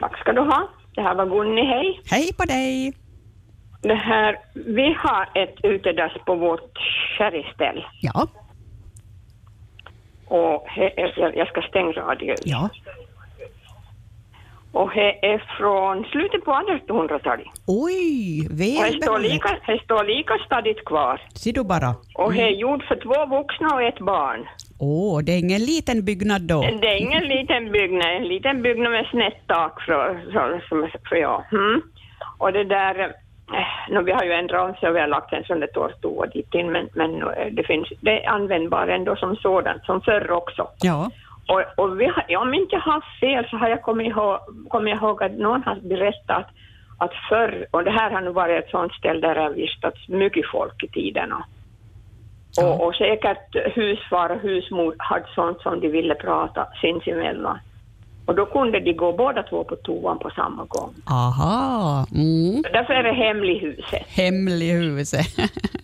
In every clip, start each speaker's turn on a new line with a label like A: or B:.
A: Tack ska du ha. Det här var Gunni, hej.
B: Hej på dig!
A: Det här, vi har ett utedass på vårt sherryställ
B: Ja,
A: och he, jag, jag ska stänga radion.
B: ja.
A: Och det är från slutet på 1800-talet.
B: Oj,
A: Och
B: väl
A: det står,
B: beredd.
A: lika, det står lika stadigt kvar.
B: Ser du bara.
A: Och
B: Mm.
A: det är gjord för två vuxna och ett barn.
B: Åh, det är ingen liten byggnad då.
A: Det är ingen liten byggnad, en liten byggnad med snett tak för, för, för, för jag. Mm. Och det där, eh, nu, vi har ju ändrat om så vi har lagt en sån där tårtstova dit in men, men eh, det, finns, det är användbar ändå som sådant, som förr också.
B: Ja,
A: Och, och vi har, om inte jag har fel så har jag kommit ihåg, kommit ihåg att någon har berättat att förr, och det här har nu varit ett sånt ställe där det har vistats mycket folk i tiderna. Och, och säkert husfar och husmor hade sånt som de ville prata sinsemellan. Och då kunde de gå båda två på toan på samma gång.
B: aha. Mm.
A: Därför är det hemlighuset.
B: Hemlighuset.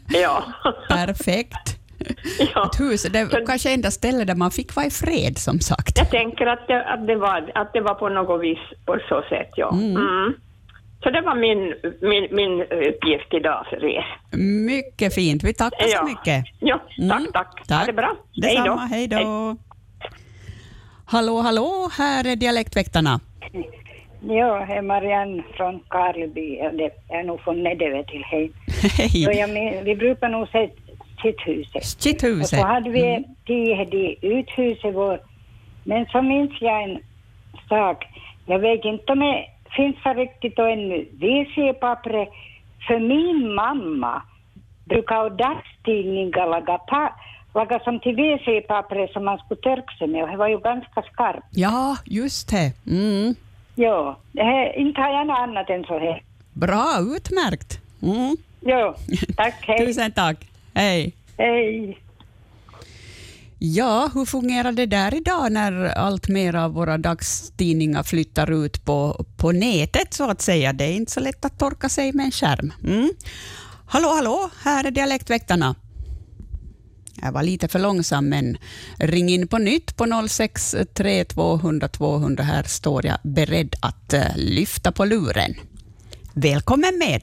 A: Ja.
B: Perfekt.
A: ja.
B: Ett hus, det
A: Så-
B: är kanske enda stället där man fick vara i fred som sagt.
A: Jag tänker att det, att det, var, att det var på något vis på så sätt, ja. Mm. Så det var min, min, min uppgift idag för er.
B: Mycket fint, vi tackar så
A: Ja.
B: mycket.
A: Ja, tack,
B: Mm,
A: tack. Ha det bra.
B: Detsamma, hej då. Hallå, hallå, här är Dialektväktarna.
C: Ja, det är Marianne från Karleby. Ja, Det är nog från Nedeve till hej. Så
B: Hej.
C: jag men, vi brukar nog säga sitthuset. Och
B: Shithuset.
C: så hade vi
B: Mm.
C: tio i uthuset vår. Men så minns jag en sak. Jag vet inte om det finns så riktigt och ännu. WC-pappret för min mamma brukar ha dagstidningar laga, pa- laga Ah, som till WC-pappret som man skulle torka sig med och det var ju ganska skarpt.
B: Ja, just det. Mm.
C: Ja, det här, inte har jag något annat än så här.
B: Bra, utmärkt. Mm.
C: Jo, tack, hej.
B: Tusen tack. Hej.
C: hej.
B: Ja, hur fungerar det där idag när allt mer av våra dagstidningar flyttar ut på, på nätet så att säga? Det är inte så lätt att torka sig med en skärm. Mm. Hallå, hallå, här är Dialektväktarna. Jag var lite för långsam, men ring in på nytt på 063 200 200. Här står jag beredd att eh, lyfta på luren. Välkommen med!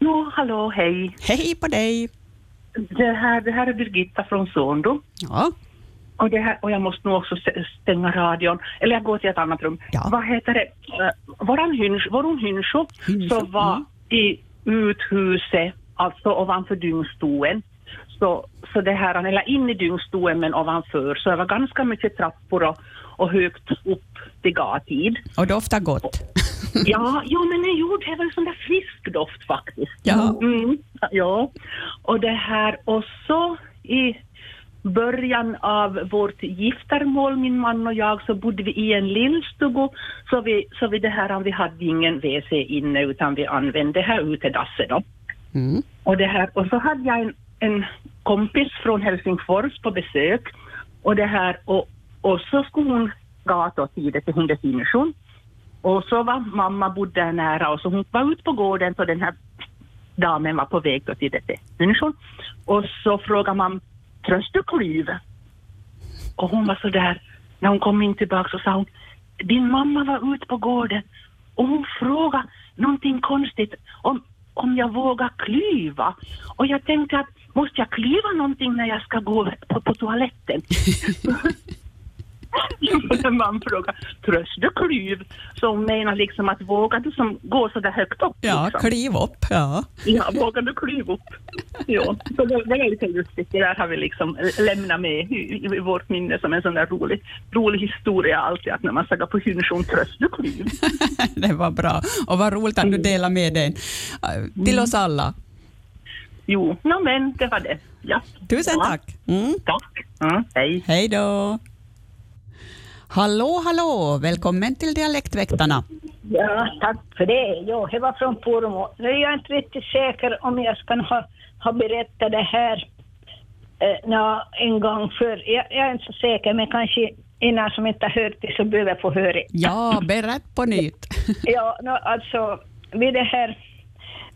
D: Ja, hallå, hej.
B: Hej på dig!
D: Det här, det här är Birgitta från Sondo.
B: Ja,
D: Och, det här, och jag måste nog också st- stänga radion. Eller jag går till ett annat rum.
B: Ja.
D: Vad heter det? Uh, våran hyns, vår hynsho,
B: Hynsho,
D: som var
B: mm.
D: i uthuset, alltså ovanför dyngstoen. Så, så det här, eller in i dyngstoen men ovanför. Så det var ganska mycket trappor och, och högt upp till gatid.
B: och doftar gott.
D: Ja, ja men den gjorde det var en sån där frisk doft faktiskt.
B: Ja.
D: Mm, ja. Och det här och så i början av vårt giftermål, min man och jag, så bodde vi i en lillstuga. Så vi, så vi det här, vi hade ingen WC inne utan vi använde det här utedasset då.
B: Mm.
D: Och, det här, och så hade jag en, en kompis från Helsingfors på besök och, det här, och, och så skulle hon gata åt tidigt till Hundetingsjön. Och så var mamma bodde där nära och så hon var ute på gården så den här damen var på väg då till det Hundetingsjön. Och så frågade man tröst du klyvet? Och hon var så där, när hon kom in tillbaka så sa hon, din mamma var ute på gården och hon frågade någonting konstigt om, om jag vågar klyva. Och jag tänkte att måste jag klyva någonting när jag ska gå på, på toaletten? Och när man frågar, tröst du klyv? Så hon menar liksom att vågar du som går så där högt upp?
B: Ja,
D: liksom?
B: kliv upp. Ja.
D: Ja, vågar du klyva upp? Ja, så det, det är lite lustigt. Det där har vi liksom lämnat med i, i vårt minne som en sån där rolig, rolig historia alltid att när man säger på hynsion tröst du klyv.
B: det var bra. Och vad roligt att du
D: Mm.
B: delar med dig eh, till oss alla.
D: Jo, nå men det var det. Ja.
B: Tusen
D: ja,
B: tack. Mm.
D: Tack. Mm, hej.
B: Hej då. Hallå, hallå. Välkommen till Dialektväktarna.
C: Ja, tack för det. Jo, det var från Pormo. Nu är jag inte riktigt säker om jag ska ha, ha berättat det här eh, nå, en gång förr. Jag, jag är inte så säker, men kanske innan som inte har hört det så behöver få höra det.
B: Ja, berätt på nytt.
C: Ja, nå, alltså, vi det här...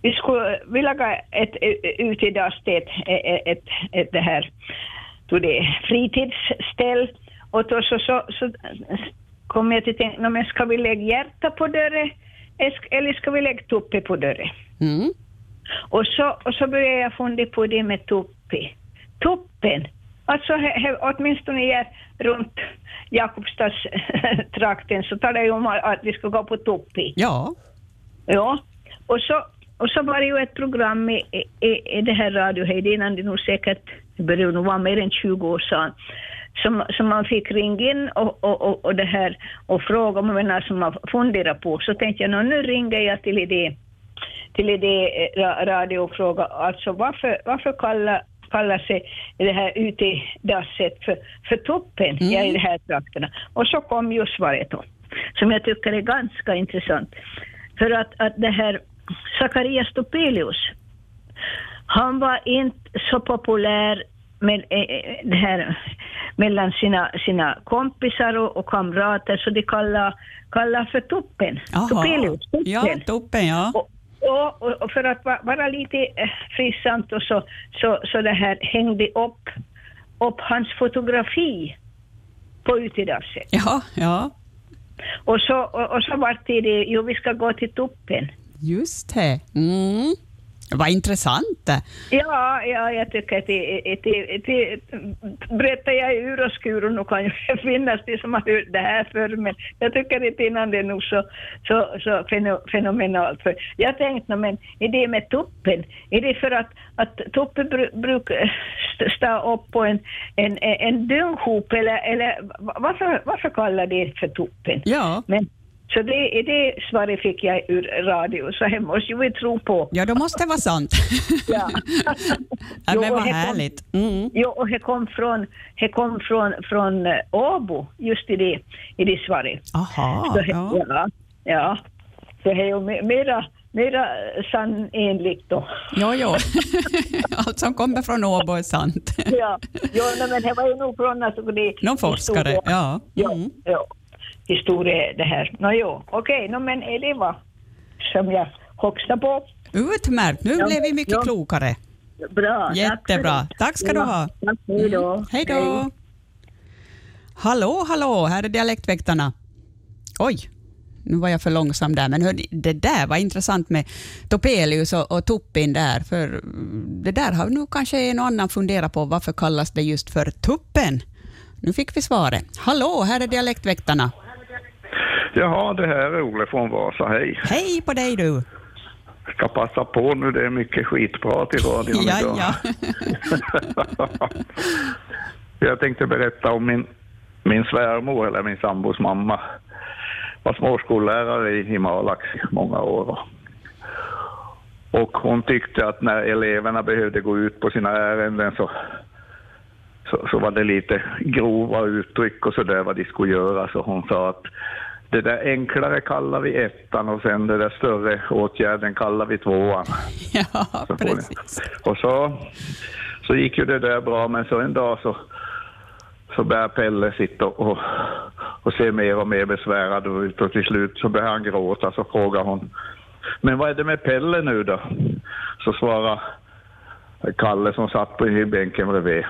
C: Vi skulle vi laga ett utedagsställ, ett, e, ett, ett det här, då det är fritidsställ. Och då så, så, så kom jag till tänka, "Nå, men ska vi lägga hjärta på dörren es- eller ska vi lägga tuppe på dörren?
B: Mm.
C: Och så, och så började jag fundera på det med tuppe. Tuppen, alltså he, he, åtminstone här runt Jakobstadstrakten så talade jag om att- att vi skulle gå på tuppe.
B: Ja.
C: Ja, och så, och så var det ju ett program i, i, i det här Radio Heidi, innan det nog säkert det började nog vara mer än 20 år sedan, som, som man fick ringa in och, och, och, och det här och fråga om vad som man funderar på. Så tänkte jag, "Nå, nu ringer jag till idé till det radio och fråga alltså varför, varför kallar, kallar sig det här UT-dasset för, för toppen ja, i de här trakterna? Och så kom ju svaret då, som jag tycker är ganska intressant. För att, att det här Zacharias Topelius, han var inte så populär med, eh, eh, det här, mellan sina, sina kompisar och, och kamrater, så de kallar, kallar för toppen.
B: Aha.
C: Topelius, toppen.
B: Ja, toppen, ja.
C: Och, ja, och, och för att va- vara lite eh, frisamt och så, så, så det här hängde upp, upp hans fotografi på utedasset.
B: Ja, ja.
C: Och så, och, och så var det det, jo vi ska gå till toppen.
B: Just det. Mm. Vad intressant. det.
C: Ja, ja jag tycker att det, det, det, det berättar jag i ur och skur och nu kan ju finnas det som har hört det här förr men jag tycker att innan det är nog så, så, så feno- fenomenalt. För jag tänkte, "Nå, men är det med tuppen? Är det för att, att tuppen bru- brukar st- stå upp på en, en, en dynghop eller, eller varför, varför kallar det för tuppen?
B: Ja.
C: Men, så det, det svaret fick jag ur radio, så det måste ju vi tro på.
B: ja, då måste det vara sant.
C: Ja.
B: ja
C: Jo,
B: men vad
C: här kom-
B: härligt. Mm.
C: Jo, och det kom från, det kom från, från eh, Åbo, just i det, i det svaret.
B: Aha,
C: Så he-
B: Ah, ja.
C: ja. ja. Så det är ju me- mera, mera sannenligt då.
B: Jo, jo. Allt som kommer från Åbo är sant.
C: Ja, jo, nej, men det var ju nog från alltså, det,
B: Någon forskare,
C: historia-
B: ja.
C: Ja,
B: Mm.
C: ja. Historia det här. Nå jo, okej, nå, men är det vad som jag hoxade på.
B: Utmärkt, nu
C: Ja,
B: blev vi mycket
C: ja.
B: klokare.
C: Bra. tack för
B: Jättebra.
C: det.
B: Tack ska du
C: Ja,
B: ha. Mm.
C: Tack, hej då.
B: Hej då. Hallå, hallå, här är Dialektväktarna. Oj, nu var jag för långsam där, men hörni, det där var intressant med Topelius och, och Tuppin där, för mm, det där har nog kanske en och annan funderat på, varför kallas det just för Tuppen? Nu fick vi svaret. Hallå, här är Dialektväktarna.
E: Jaha, det här är Ole från Vasa, hej.
B: Hej på dig du!
E: Ska passa på nu, det är mycket skitprat i radion
B: Ja,
E: idag.
B: ja.
E: Jag tänkte berätta om min, min svärmor, eller min sambos mamma, var småskollärare i, i Malax i många år. Och hon tyckte att när eleverna behövde gå ut på sina ärenden så, så, så var det lite grova uttryck och så där vad de skulle göra. Så hon sa att det där enklare kallar vi ettan och sen det där större åtgärden kallar vi tvåan.
B: ja,
E: Så får ni-
B: precis.
E: Och så, så gick ju det där bra, men så en dag så, så började Pelle sitta och, och, och se mer och mer besvärad ut och till slut så började han gråta. Så frågade hon, men vad är det med Pelle nu då? Så svarade Kalle som satt på i bänken bredvid.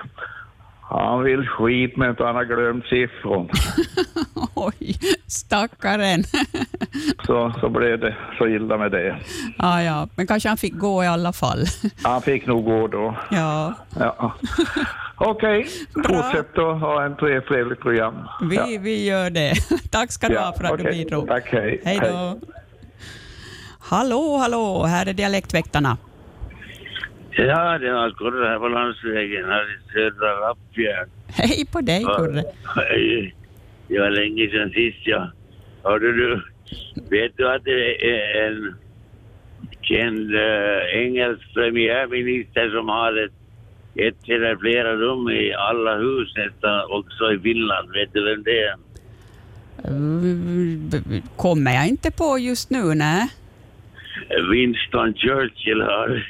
E: Han vill skit men inte han har glömt siffrorna.
B: Oj, stackaren.
E: Så, så blev det så illa med det.
B: ja, ja, men kanske han fick gå i alla fall.
E: Han fick nog gå då.
B: ja,
E: Ja. Okej,
B: Bra.
E: fortsätt och ha en tre- trevligt program.
B: vi,
E: Ja.
B: vi gör det. Tack ska du ha för att du
E: okej.
B: bidrog.
E: Tack, hej.
B: Hej då. Hallå, hallå, här är Dialektväktarna.
F: Ja, det var Kurre här på landsvägen här i södra Lappfjärd.
B: Hej på dig, Kurre.
F: Hej. Det var länge sedan sist jag hörde du. Vet du att det är en känd eh, engelsk premiärminister som har ett, ett eller flera rum i alla hus nästan, också i Finland. Vet du vem det är?
B: Kommer jag inte på just nu, nej.
F: Winston Churchill har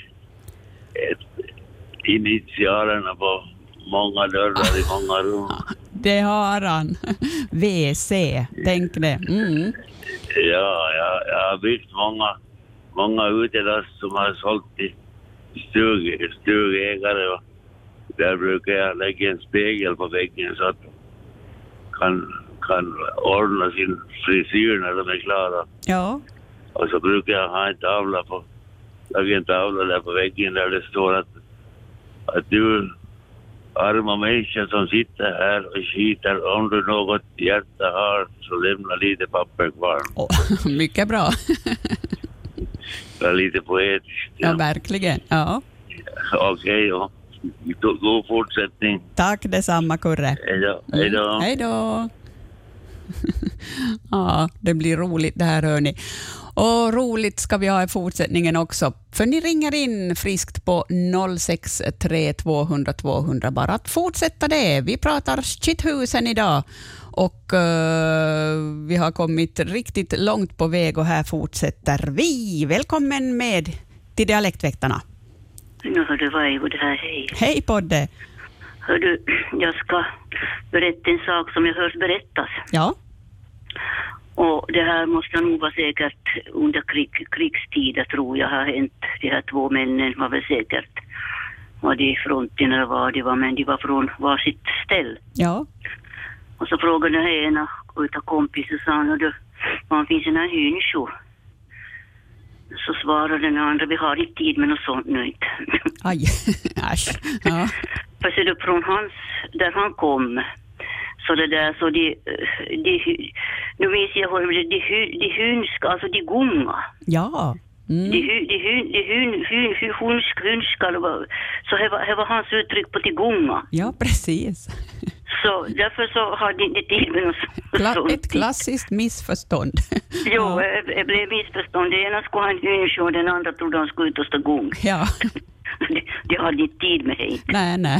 F: ett, initialerna på många dörrar i många rum.
B: Det har han. VC, tänk det. Mm.
F: Ja, jag, jag har byggt många, många utedass som har sålt till stug, stugägare. Och där brukar jag lägga en spegel på väggen så att kan, kan ordna sin frisyr när de är klara.
B: Ja.
F: Och så brukar jag ha en tavla på, jag har en tavla där på väggen där det står att, att du arma människa som sitter här och skiter, om du något hjärta har så lämna lite papper kvar.
B: Åh, mycket bra.
F: Det är lite poetiskt.
B: Ja, verkligen. Ja.
F: Okej, ja. god fortsättning.
B: Tack detsamma, Kurre.
F: Hej då. Hej då.
B: Mm. Hej då. ja, det blir roligt det här hörni. Och roligt ska vi ha i fortsättningen också, för ni ringer in friskt på 063 200 200 bara att fortsätta det. Vi pratar skithusen idag och eh, vi har kommit riktigt långt på väg och här fortsätter vi. Välkommen med till Dialektväktarna.
G: Nu har du varit och det här, hej.
B: Hej Podde!
G: Hör du, jag ska berätta en sak som jag hört berättas.
B: Ja,
G: Och det här måste nog vara säkert under krig, krigstider tror jag har hänt. De här två männen var väl säkert, vad de fronten eller vad de var, men de var från varsitt ställ.
B: ja,
G: Och så frågade den här ena utav kompisen, sa han, "Hör du, var finns den här hynsjo? Så svarade den andra, vi har inte tid med något sånt nu inte.
B: aj, äsch. Ja.
G: För ser du, från hans, där han kom, så det där så de, de nu minns jag hur det blev, de, hy- de hynska, alltså de gunga.
B: ja. Mm.
G: De, hy, de, hy, de hyn, hyn, hyn, hunsk, hynska, eller vad- så det var, det var hans uttryck på de gunga.
B: Ja, precis.
G: Så därför så har de inte tid med något
B: Kla-
G: sånt.
B: ett klassiskt missförstånd.
G: Jo, det det blev missförstånd. Den ena skulle ha en hynsk och den andra trodde han skulle ut och stå gung.
B: Ja,
G: De, de hade inte tid med det.
B: nej, nej.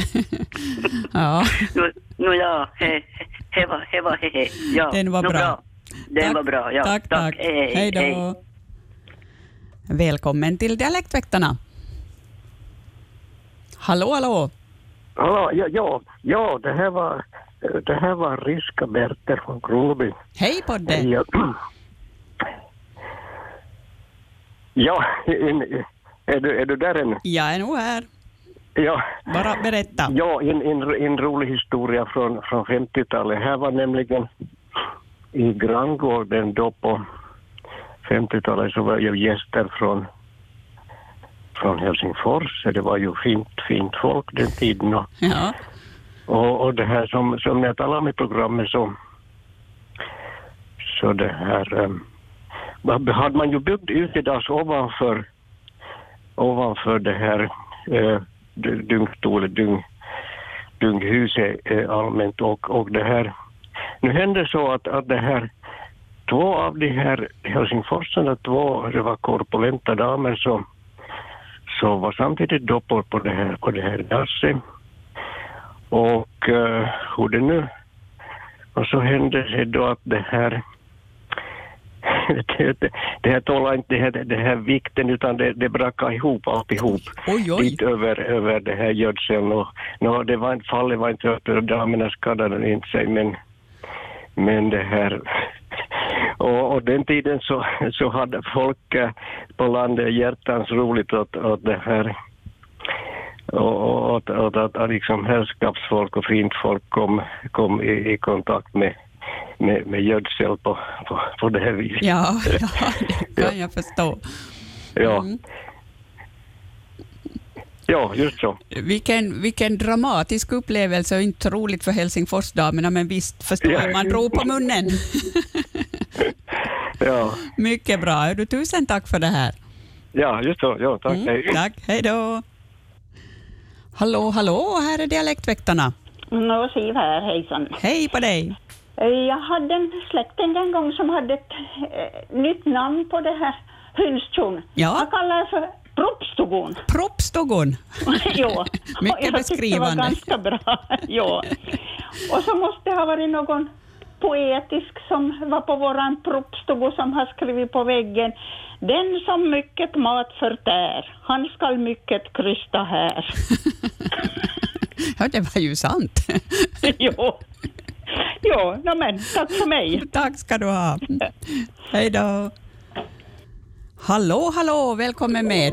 B: Ja,
G: Nå- Nå ja, he- he var, he var, he, he. Ja,
B: Den var
G: nå
B: bra.
G: Den
B: Tack,
G: var bra, ja.
B: Tack, tack.
G: Hej,
B: Hej då. Välkommen till Dialektväktarna. Hallå, hallå.
H: Hallå, ja, ja, ja det, här var, det här var ryska Berter från Kroby.
B: Hej Podde.
H: Ja, ja en, är, du, är du där ännu?
B: Jag är nog här.
H: Ja,
B: Bara berätta.
H: ja en, en, en rolig historia från, från 50-talet. Här var nämligen i granngården då på 50-talet så var ju gäster från, från Helsingfors. Det var ju fint, fint folk den tiden. Och,
B: Ja,
H: Och, och det här som, som jag talade om i programmet så, så det här um, hade man ju byggt ut i dag så ovanför, ovanför det här uh, dyngstolen, dyng, dynghuset eh, allmänt och, och det här. Nu hände så att, att det här två av de här helsingforsarna, två det var korpulenta damer som, som var samtidigt doppor på det här, på det här dasset. Och eh, hur det nu... Och så hände det då att det här... det, det, det här tålade inte det här, det här vikten utan det, det brakade ihop alltihop.
B: Oj, oj.
H: Dit över, över det här gödseln och no, det var inte, fallet var inte öppet och damerna skadade inte sig men, men det här och, och den tiden så, så hade folk eh, på landet hjärtans roligt åt, åt det här och att, att, att, att liksom herrskapsfolk och fint folk kom, kom i, i kontakt med, med, med gödsel på, på, på det här viset.
B: ja, ja det kan jag förstå.
H: Ja.
B: Mm.
H: ja, just så.
B: Vilken, vilken dramatisk upplevelse och inte roligt för Helsingforsdamerna, men visst förstår jag, man drog på munnen.
H: Ja,
B: Mycket bra. Hördu, Tusen tack för det här.
H: ja just så. Ja, tack.
B: Mm,
H: Hej.
B: tack. Hej då. Hallå, hallå, här är Dialektväktarna.
I: Nå, Siv här, hejsan.
B: Hej på dig.
I: Eh, Jag hade en släkting en gång som hade ett eh, nytt namn på det här hönstjon.
B: Ja.
I: Han kallar det för proppstogon.
B: Proppstogon.
I: ja.
B: Mycket
I: Och jag tyckte det var
B: beskrivande.
I: ganska bra. ja. Och så måste det ha varit någon poetisk som var på våran proppstogo som har skrivit på väggen. Den som mycket mat förtär, han skall mycket krysta här.
B: Ja, det var ju sant.
I: jo. Jo, nå men tack för mig.
B: Tack ska du ha. Hej då. Hallå, hallå, välkommen med.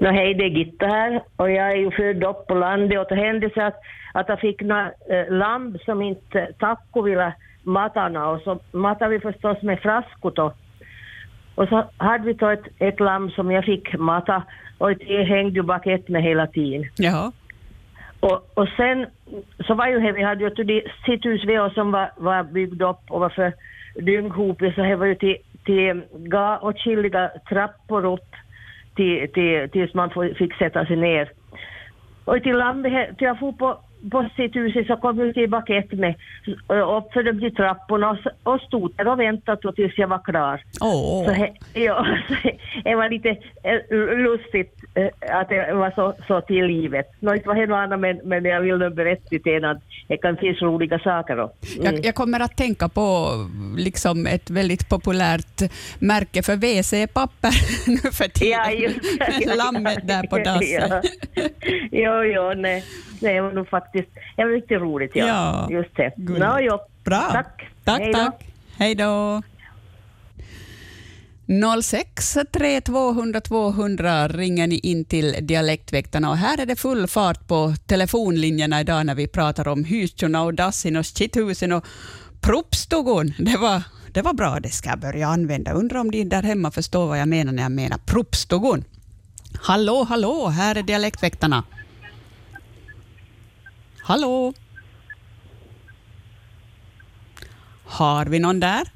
J: Nå, hej, det är Gitta här och jag är ju född upp på landet och det hände så att, att jag fick några eh, lamm som inte Takko ville matarna och så matade vi förstås med fraskot och, och så hade vi då ett, ett lamm som jag fick mata och det hängde ju bakett med hela tiden.
B: Jaha.
J: Och, och sen så var ju här, vi hade ju till det sitthus vi har som var, var byggd upp och var för dynghopig så här var ju till, till ga och chilliga trappor upp till, till, tills man får- fick sätta sig ner. Och till landet, här- till jag for på, på sitthuset så kom jag till bakett med ö, upp för de där trapporna och, s- och stod där och väntade då tills jag var klar.
B: Åh.
J: Så här, ja, så här, det var lite eh, lustigt eh, att det var så, så till livet. Nå, inte var det något annat men, men jag vill nog berätta lite grann att det kan finnas roliga saker då. Mm.
I: Mm.
B: Jag, jag kommer att tänka på liksom ett väldigt populärt märke för WC-papper nu för tiden.
J: Ja, just det. Ja, ja.
B: Lammet där på
J: Ja.
B: dasset.
J: Jo, jo, nej. Nej, det var nog faktiskt det var riktigt roligt. Ja.
B: Ja.
J: Just det.
B: Gulligt.
J: Nå, jo.
B: Bra.
J: Tack.
B: Tack,
J: Hej då.
B: tack. Hej då. 06 32 100 200 ringer ni in till Dialektväktarna och här är det full fart på telefonlinjerna idag när vi pratar om hystjorna och dassin och skitthusen och proppstugan. Det var, det var bra, det ska jag börja använda. Undrar om de där hemma förstår vad jag menar när jag menar proppstugan. Hallå, hallå, här är Dialektväktarna. Hallå? Har vi någon där?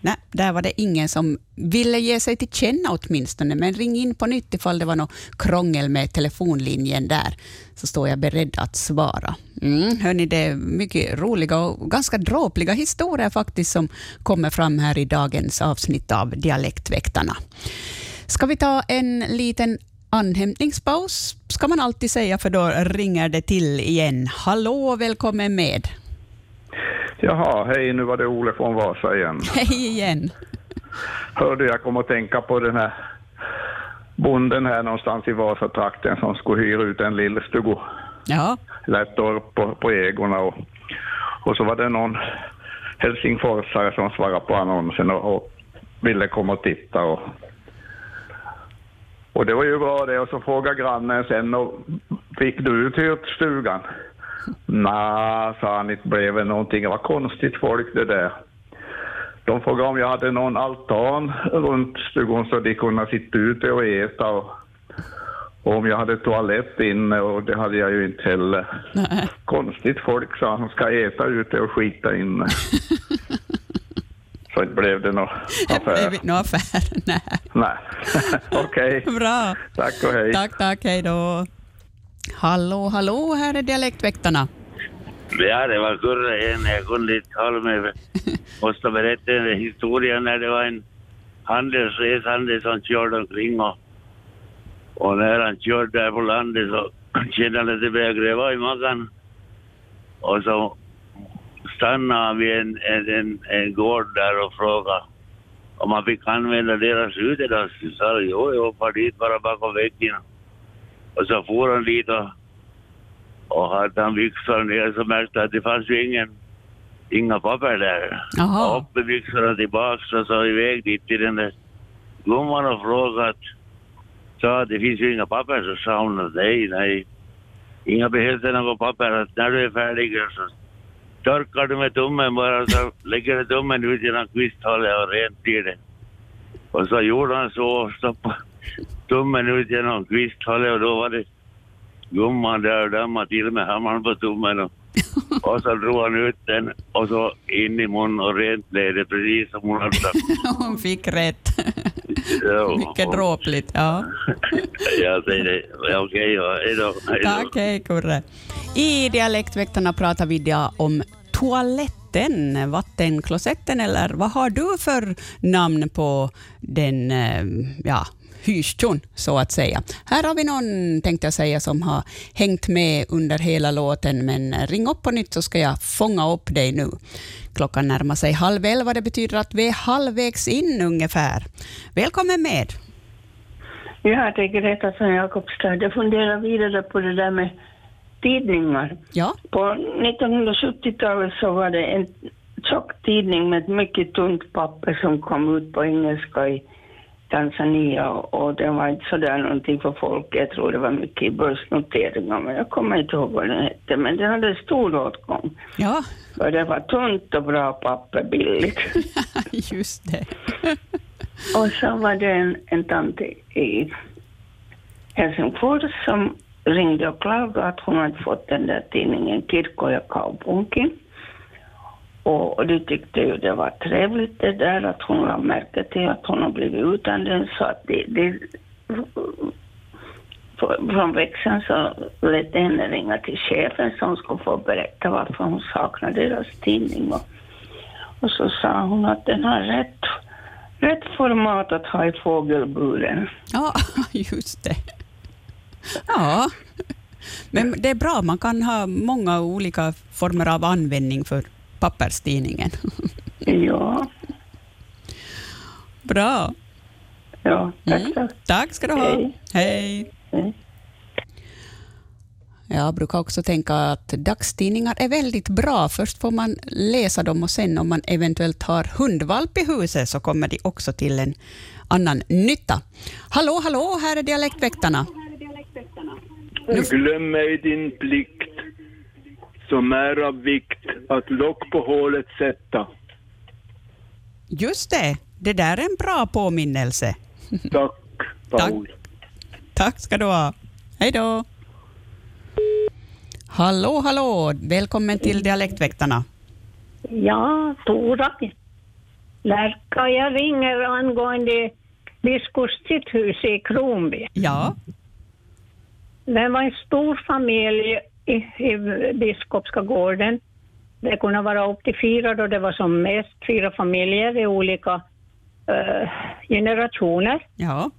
B: Nej, där var det ingen som ville ge sig till känna åtminstone, men ring in på nytt ifall det var något krångel med telefonlinjen där, så står jag beredd att svara. Mm, hörni, det är mycket roliga och ganska dråpliga historier faktiskt som kommer fram här i dagens avsnitt av Dialektväktarna. Ska vi ta en liten anhämtningspaus, ska man alltid säga, för då ringer det till igen. Hallå och välkommen med.
E: Jaha, hej, nu var det Ole från Vasa igen.
B: Hej igen.
E: Hörde jag kom att tänka på den här bonden här någonstans i Vasatrakten som skulle hyra ut en lillstuga,
B: Ja,
E: eller ett torp på, på ägorna. Och, och så var det någon helsingforsare som svarade på annonsen och, och ville komma och titta. Och, och det var ju bra det. Och så frågade grannen sen, och, fick du uthyrt stugan? Nej, sa han, det blev väl någonting. Det var konstigt folk det där. De frågade om jag hade någon altan runt stugan så de kunde sitta ute och äta och, och om jag hade toalett inne och det hade jag ju inte heller. Konstigt folk sa han, ska äta ute och skita inne. så inte blev det någon
B: det
E: affär.
B: är någon affär. Nej.
E: Nej, okej.
B: Bra.
E: Tack och hej.
B: Tack, tack. Hej då. Hallå, hallå, här är Dialektväktarna.
F: Ja, det var Kurre igen. Jag kunde inte hålla mig. Måste berätta en historia när det var en handelsresande som körde omkring och, och när han körde där på landet så kände han att det började gräva i magen. Och så stannade han vid en, en, en, en gård där och frågade om man fick använda deras utedass. Så sa han, jo, jag hoppar dit bara bakom väggen. Och så for han dit och och hade han byxorna ner så märkte jag att det fanns ju ingen, inga papper där.
B: Jaha.
F: Och Upp med byxorna tillbaks och så iväg dit till den där gumman och frågade. Sa att det finns ju inga papper. Så sa hon att nej, nej. Inga behövs det något papper. Att när du är färdig så torkar du med tummen bara och så lägger du tummen ut genom kvisthålet och rent blir det. Och så gjorde han så och stoppade tummen ut genom kvisthålet och då var det gumman där och dammade till med hammaren på tummen. Och, och så drog han ut den och så in i munnen och rent blev det precis som hon hade sagt.
B: Hon fick rätt.
F: Ja,
B: Mycket
F: och-
B: dråpligt. Ja.
F: Jag säger det. Ja, Okej, ja. Hej då. Hej då.
B: Tack, hej Kurre. I Dialektväktarna pratar vi idag om toaletten, vattenklosetten, eller vad har du för namn på den, eh, ja, hyrstjon, så att säga. Här har vi någon, tänkte jag säga, som har hängt med under hela låten, men ring upp på nytt så ska jag fånga upp dig nu. Klockan närmar sig halv elva, det betyder att vi är halvvägs in ungefär. Välkommen med.
K: Ja, det är Greta från Jakobstad. Jag funderar vidare på det där med tidningar.
B: Ja.
K: På 1970-talet så var det en tjock tidning med ett mycket tunt papper som kom ut på engelska i Tanzania och, och den var inte sådär någonting för folk. Jag tror det var mycket börsnoteringar, men jag kommer inte ihåg vad den hette. Men den hade stor åtgång.
B: Ja,
K: För det var tunt och bra papper, billigt.
B: just det.
K: Och så var det en, en tant i Helsingfors som ringde och klagade att hon hade fått den där tidningen Kirkkoja kaupunki. Och och de tyckte ju det var trevligt det där att hon lade märke till att hon har blivit utan den så att de, de fr- från växeln så lät henne ringa till chefen som skulle få berätta varför hon saknade deras tidning. Och, och så sa hon att den har rätt, rätt format att ha i fågelburen.
B: Ja, just det. Ja. Men det är bra, man kan ha många olika former av användning för papperstidningen.
K: Ja.
B: Bra.
K: Ja,
B: tack mm. Tack ska du ha. Hej. Jag brukar också tänka att dagstidningar är väldigt bra. Först får man läsa dem och sen om man eventuellt har hundvalp i huset så kommer de också till en annan nytta. Hallå, hallå, här är Dialektväktarna.
L: Glöm ej din plikt som är av vikt att lock på hålet sätta.
B: Just det, det där är en bra påminnelse.
L: Tack,
B: Paul. Tack, Tack ska du ha. Hej då. Hallå, hallå. Välkommen till Dialektväktarna.
M: Ja, Tora. Lärka, jag ringer angående Biskos titthus i Kronby.
B: Ja.
M: Det var en stor familj i, i Biskopska gården. Det kunde vara upp till fyra då det var som mest, fyra familjer i olika eh, generationer.
B: Ja.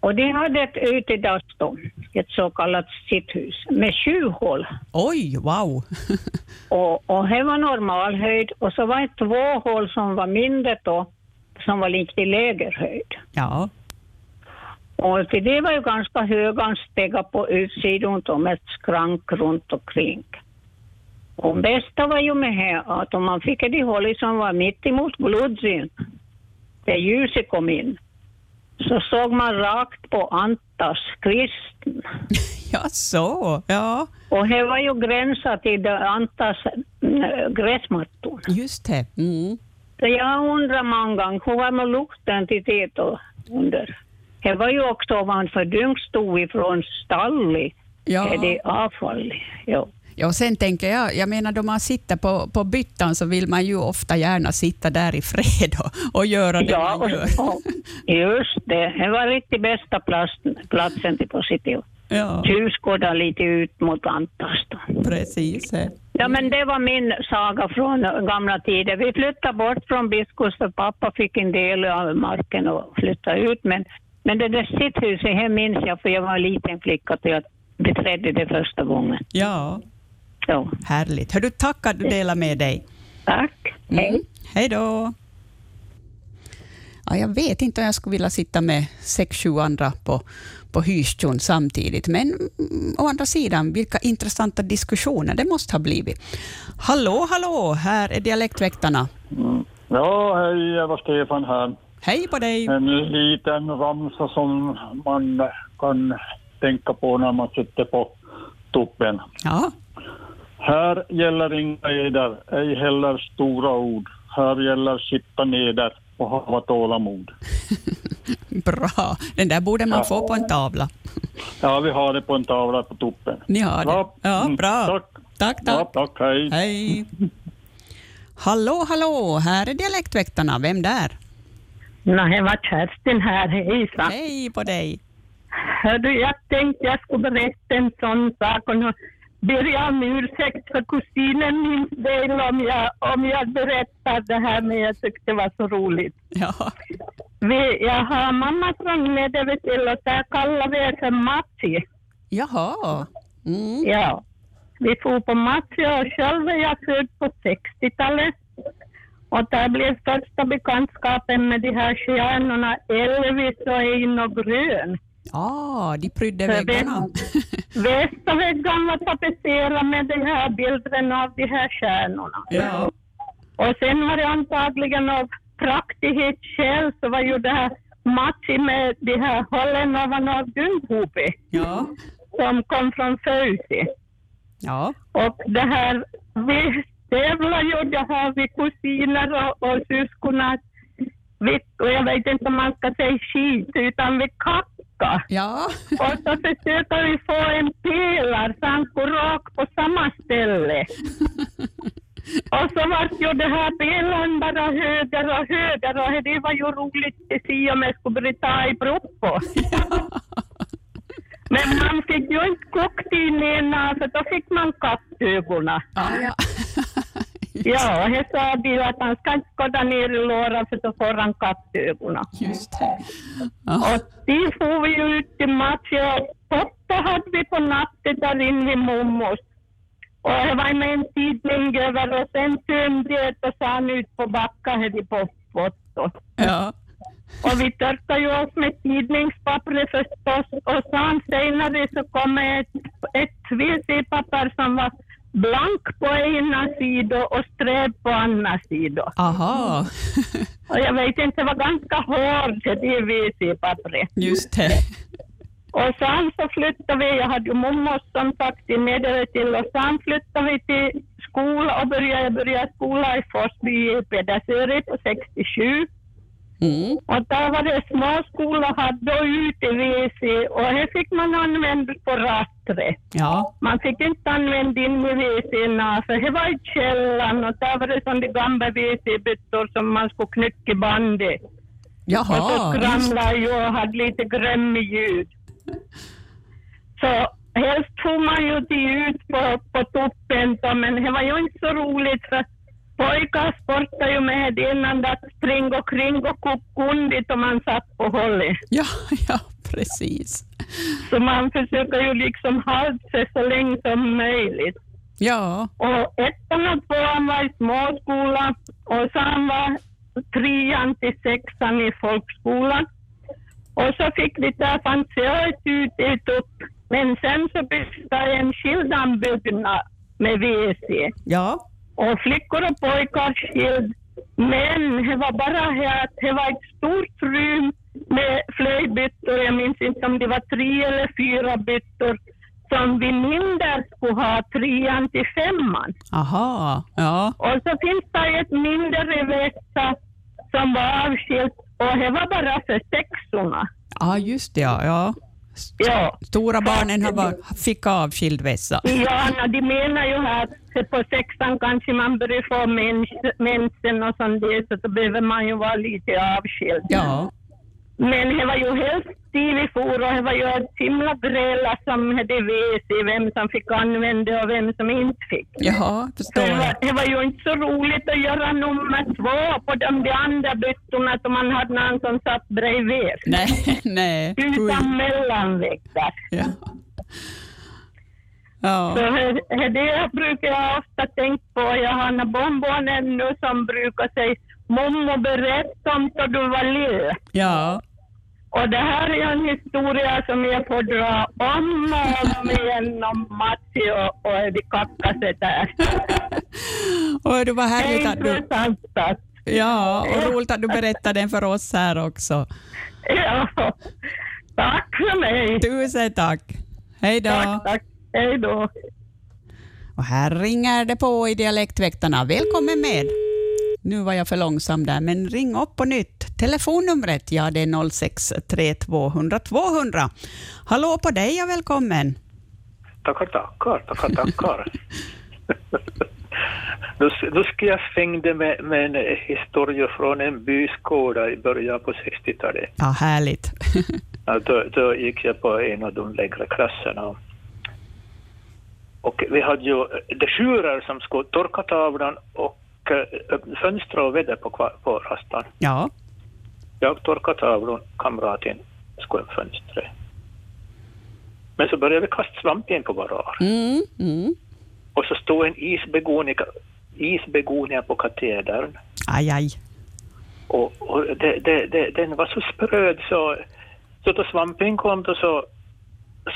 M: Och de hade ett utedass då, ett så kallat sitthus, med sju hål.
B: Oj, wow!
M: och, och det var normalhöjd och så var det två hål som var mindre då, som var likt i lägerhöjd.
B: Ja.
M: Och till det var ju ganska höga stegar på utsidan då med ett skrank runt omkring. Och bästa var ju med här att om man fick det hålet som var mitt emot blodsyn, där ljuset kom in, så såg man rakt på Antas kristen.
B: Ja, så. Ja,
M: Och här var ju gränsat till det Antas mm, gräsmattor.
B: just det. Mm.
M: Så jag undrar många gånger, hur var med lukten till det då? Under. Det var ju också ovanför dyngstod ifrån stallet.
B: Ja.
M: Är det avfall? Ja.
B: Ja, och sen tänker jag, jag menar då man sitter på, på byttan så vill man ju ofta gärna sitta där i fred och, och göra det
M: Ja,
B: man
M: och,
B: gör.
M: och, just det. Det var riktigt bästa platsen, platsen till positiv.
B: Ja.
M: Tjusgårda lite ut mot Antas. då.
B: Precis. eh.
M: Ja, men det var min saga från gamla tider. Vi flyttade bort från Biskos för pappa fick en del av marken och flyttade ut. Men, men det där sitthuset, här minns jag för jag var en liten flicka till jag beträdde det första gången.
B: Ja.
M: ja.
B: Härligt. Hör du, tack att du delar med dig. Mm.
M: Tack. Hej.
B: Hej då. Ja, jag vet inte om jag skulle vilja sitta med sex, sju andra på, på hyrstjon samtidigt, men mm, å andra sidan, vilka intressanta diskussioner det måste ha blivit. Hallå, hallå, här är Dialektväktarna.
N: Ja, hej, det var Stefan här.
B: Hej på dig!
N: En liten ramsa som man kan tänka på när man sitter på tuppen.
B: Ja.
N: Här gäller inga eder, ej heller stora ord. Här gäller sitta neder och ha tålamod.
B: Bra, den där borde man få på en tavla.
N: Ja, vi har det på en tavla på tuppen.
B: Ni har det. Ja, bra.
N: Tack.
B: Tack,
N: Ja,
B: tack.
N: tack, hej.
B: Hej. Hallå, hallå, här är Dialektväktarna. Vem där?
O: Nå, det var Kerstin här, hejsan.
B: Hej på dig.
O: Hördu, jag tänkte jag skulle berätta en sån sak och nu ber jag om ursäkt för kusinen minns väl om jag, om jag berättar det här men jag tyckte det var så roligt.
B: Ja.
O: Vi, jag har mamma från Medelvetill och där kallar vi det för Matsi.
B: Jaha. Mm.
O: Ja. Vi for på Matsi och själv är jag född på 60-talet. Och där blev första bekantskapen med de här stjärnorna Elvis och Einar Grön.
B: Ja, de prydde
O: För
B: väggarna.
O: Västra väggen var tapetserad med den här bilden av de här stjärnorna.
B: Ja.
O: Och sen var det antagligen av praktighetsskäl så var ju det här match med de här holländarna av Gunghope
B: ja.
O: som kom från Föjsi.
B: Ja.
O: Och det här, vi tävlar ju, det har vi kusiner och, och syskon att vi, och jag vet inte om man ska säga skit, utan vi kackar.
B: Ja.
O: Och så försöker vi få en pelarsanko rakt på samma ställe. Och så var ju det här bilen bara höger och höger och det var ju roligt att se om jag skulle bli ta i proppo. Men man fick ju inte kokt in i ena för då fick man kattögonen.
B: Ja,
O: ja jag sa de ju att han ska inte skåda ner i låren för då får han kattögonen.
B: Just det.
O: Och det får vi ju ut i matchen. Potta hade vi på natten där inne vid mormors. Och jag var med en tidning över och sen tömde jag ett och sa ut på backen här i Poffotot.
B: Ja.
O: Och vi torkade ju oss med tidningspappret förstås och sen senare så kom ett, ett WC-papper som var blank på ena sidan och sträv på andra sidan.
B: Aha,
O: Och jag vet inte, det var ganska hårt det WC-pappret.
B: just det.
O: Och sen så flyttade vi, jag hade ju mormor som sagt i Medelö till och sen flyttade vi till skola och började, jag började skola i Forsby i Pedersöre på 67.
B: Mm.
O: Och där var det småskola, hade då ute WC och här fick man använda på rastret.
B: Ja.
O: Man fick inte använda in i WC-na för det var i källaren och där var det som de gamla WC-byttor som man skulle knycka i bandet.
B: Jaha,
O: och så
B: just.
O: skramlade jag och hade lite grömmljud. Så helst tog man ju det ut på, på toppen då, men det var ju inte så roligt för pojkar sportade ju med det innan att springa omkring och koka undigt om man satt på hållet.
B: Ja, ja, precis.
O: Så man försöker ju liksom hålla sig så länge som möjligt.
B: Ja,
O: Och ettan och tvåan var i småskolan och sen var trean till sexan i folkskolan. Och så fick vi ta fansiöret ut ett upp. Men sen så byggde en skild anbyggnad med WC.
B: Ja.
O: Och flickor och pojkar skild. Men det var bara här att det var ett stort rum med flöjbyttor. Jag minns inte om det var tre eller fyra byttor som vi mindre skulle ha trean till femman.
B: aha, ja.
O: Och så finns det ett mindre väska som var avskilt och det var bara för sexorna.
B: Ja, just det. Ja. Ja.
O: Ja.
B: Stora barnen har bara, fick avskild vässa.
O: Ja, no, de menar ju här att på sexan kanske man börjar få mens- mensen och sånt där, så då behöver man ju vara lite avskild.
B: Ja.
O: Men det var ju helt stil i for och det var ju ett himla gräla som hade WC, vem som fick använda och vem som inte fick.
B: Jaha,
O: Så
B: förstår
O: det,
B: jag.
O: var, det var ju inte så roligt att göra nummer två på de, de andra byttorna som man hade någon som satt bredvid.
B: Nej, nej.
O: Utan mellanväggar.
B: Ja. Ja.
O: Så he- he- det brukar jag ofta tänka på. Jag har en bonbon ännu som brukar säga ”Mommo berätta om då du var lill”.
B: Ja.
O: Och det här är ju en historia som jag får dra om och om igen om Matti och, och Eddie Kakkaset där.
B: Och det var härligt att du...
O: Att...
B: Ja, och roligt att du berättade den för oss här också.
O: Ja. Tack för mig.
B: Tusen tack. Hej då.
O: Tack, tack. Hej då.
B: Och här ringer det på i Dialektväktarna. Välkommen med. Nu var jag för långsam där, men ring upp på nytt. Telefonnumret, ja det är 06 200 200. Hallå på dig och välkommen.
P: Tackar, tackar, tackar, tackar. nu, nu ska jag svängde med, med en eh, historia från en byskola i början på 60-talet.
B: Ja, härligt.
P: Ja, Då, då gick jag på en av de lägre klasserna. Och vi hade ju dejourer som skulle torka tavlan och eh, öppna fönster och väder på, kva- på rastan.
B: Ja,
P: Jag torkade tavlan, kamraten skulle öppna fönstret. Men så började vi kasta svamp igen på varandra.
B: Mm, mm.
P: Och så stod en isbegonia, isbegonia på katedern.
B: Aj, aj.
P: Och, och det, det, det, den var så spröd så, så då svampen kom då så,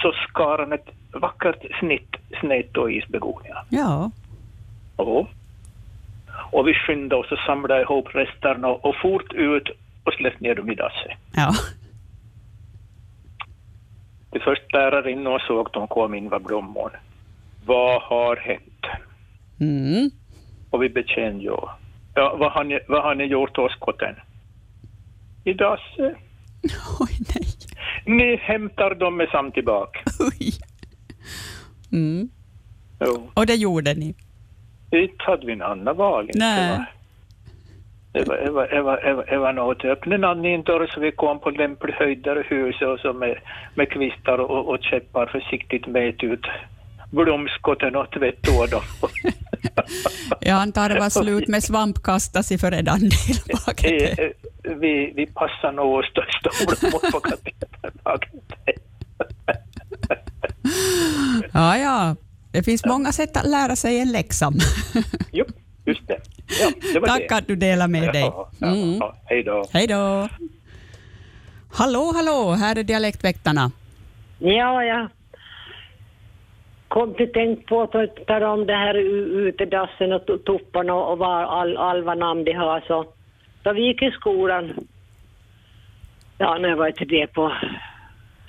P: så skar han ett vackert snitt snett och isbegonia.
B: Ja.
P: Och, och vi skyndade oss och samlade ihop resterna och fort ut och släppt ner dem i dasset.
B: Ja.
P: Det första lärarinnan såg att de kom in var blommor. Vad har hänt?
B: Mm.
P: Och vi bekände ju. Ja, vad, har ni, vad har ni gjort åt skotten? I dasset. Ni hämtar dem med samt tillbaka.
B: Mm.
P: Jo,
B: Och det gjorde ni?
P: inte hade vi något annat val. inte,
B: Nej.
P: va? Det var, det var, det var, det var, det var något öppnen anledning så vi kom på lämplig höjd där i huset och så med, med kvistar och, och käppar försiktigt med ut blomskotten och tvätt åt dem.
B: Jag antar det var slut med svampkastas i för en annan del.
P: Eh, eh, vi, vi passar nog oss då blommor på kateterbaket.
B: Ja, ja. Det finns många sätt att lära sig en läxa.
P: Ja, det var
B: Tack
P: det.
B: att du delar med dig.
P: Ja, ja,
B: Mm.
P: ja, hej då.
B: Hej då. Hallå, hallå, här är Dialektväktarna.
Q: Ja, jag kom till tänk på att ta om det här u- utedassen och to- topparna och var all, all vad namn de har. Så, så vi gick i skolan, ja, när var det på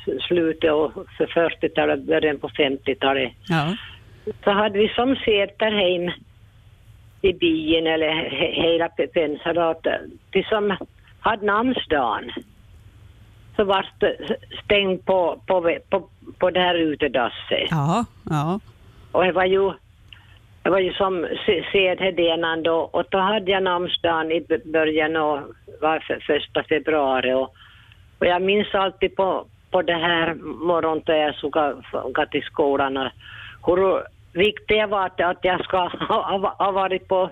Q: s- slutet och för 40-talet, början på 50-talet.
B: Ja.
Q: så hade vi som säter hem i byn eller he- hela P- Pensa då, att de som hade namnsdagen så var det stängt på, på, vä- på, på det här utedasset.
B: Ja, ja.
Q: Och det var ju, det var ju som se- sedhedenan då och då hade jag namnsdagen i b- början och var för, första februari och, och jag minns alltid på, på det här morgonen då jag såg gå till skolan och hur viktigt det var att- att jag ska ha, ha- ha varit på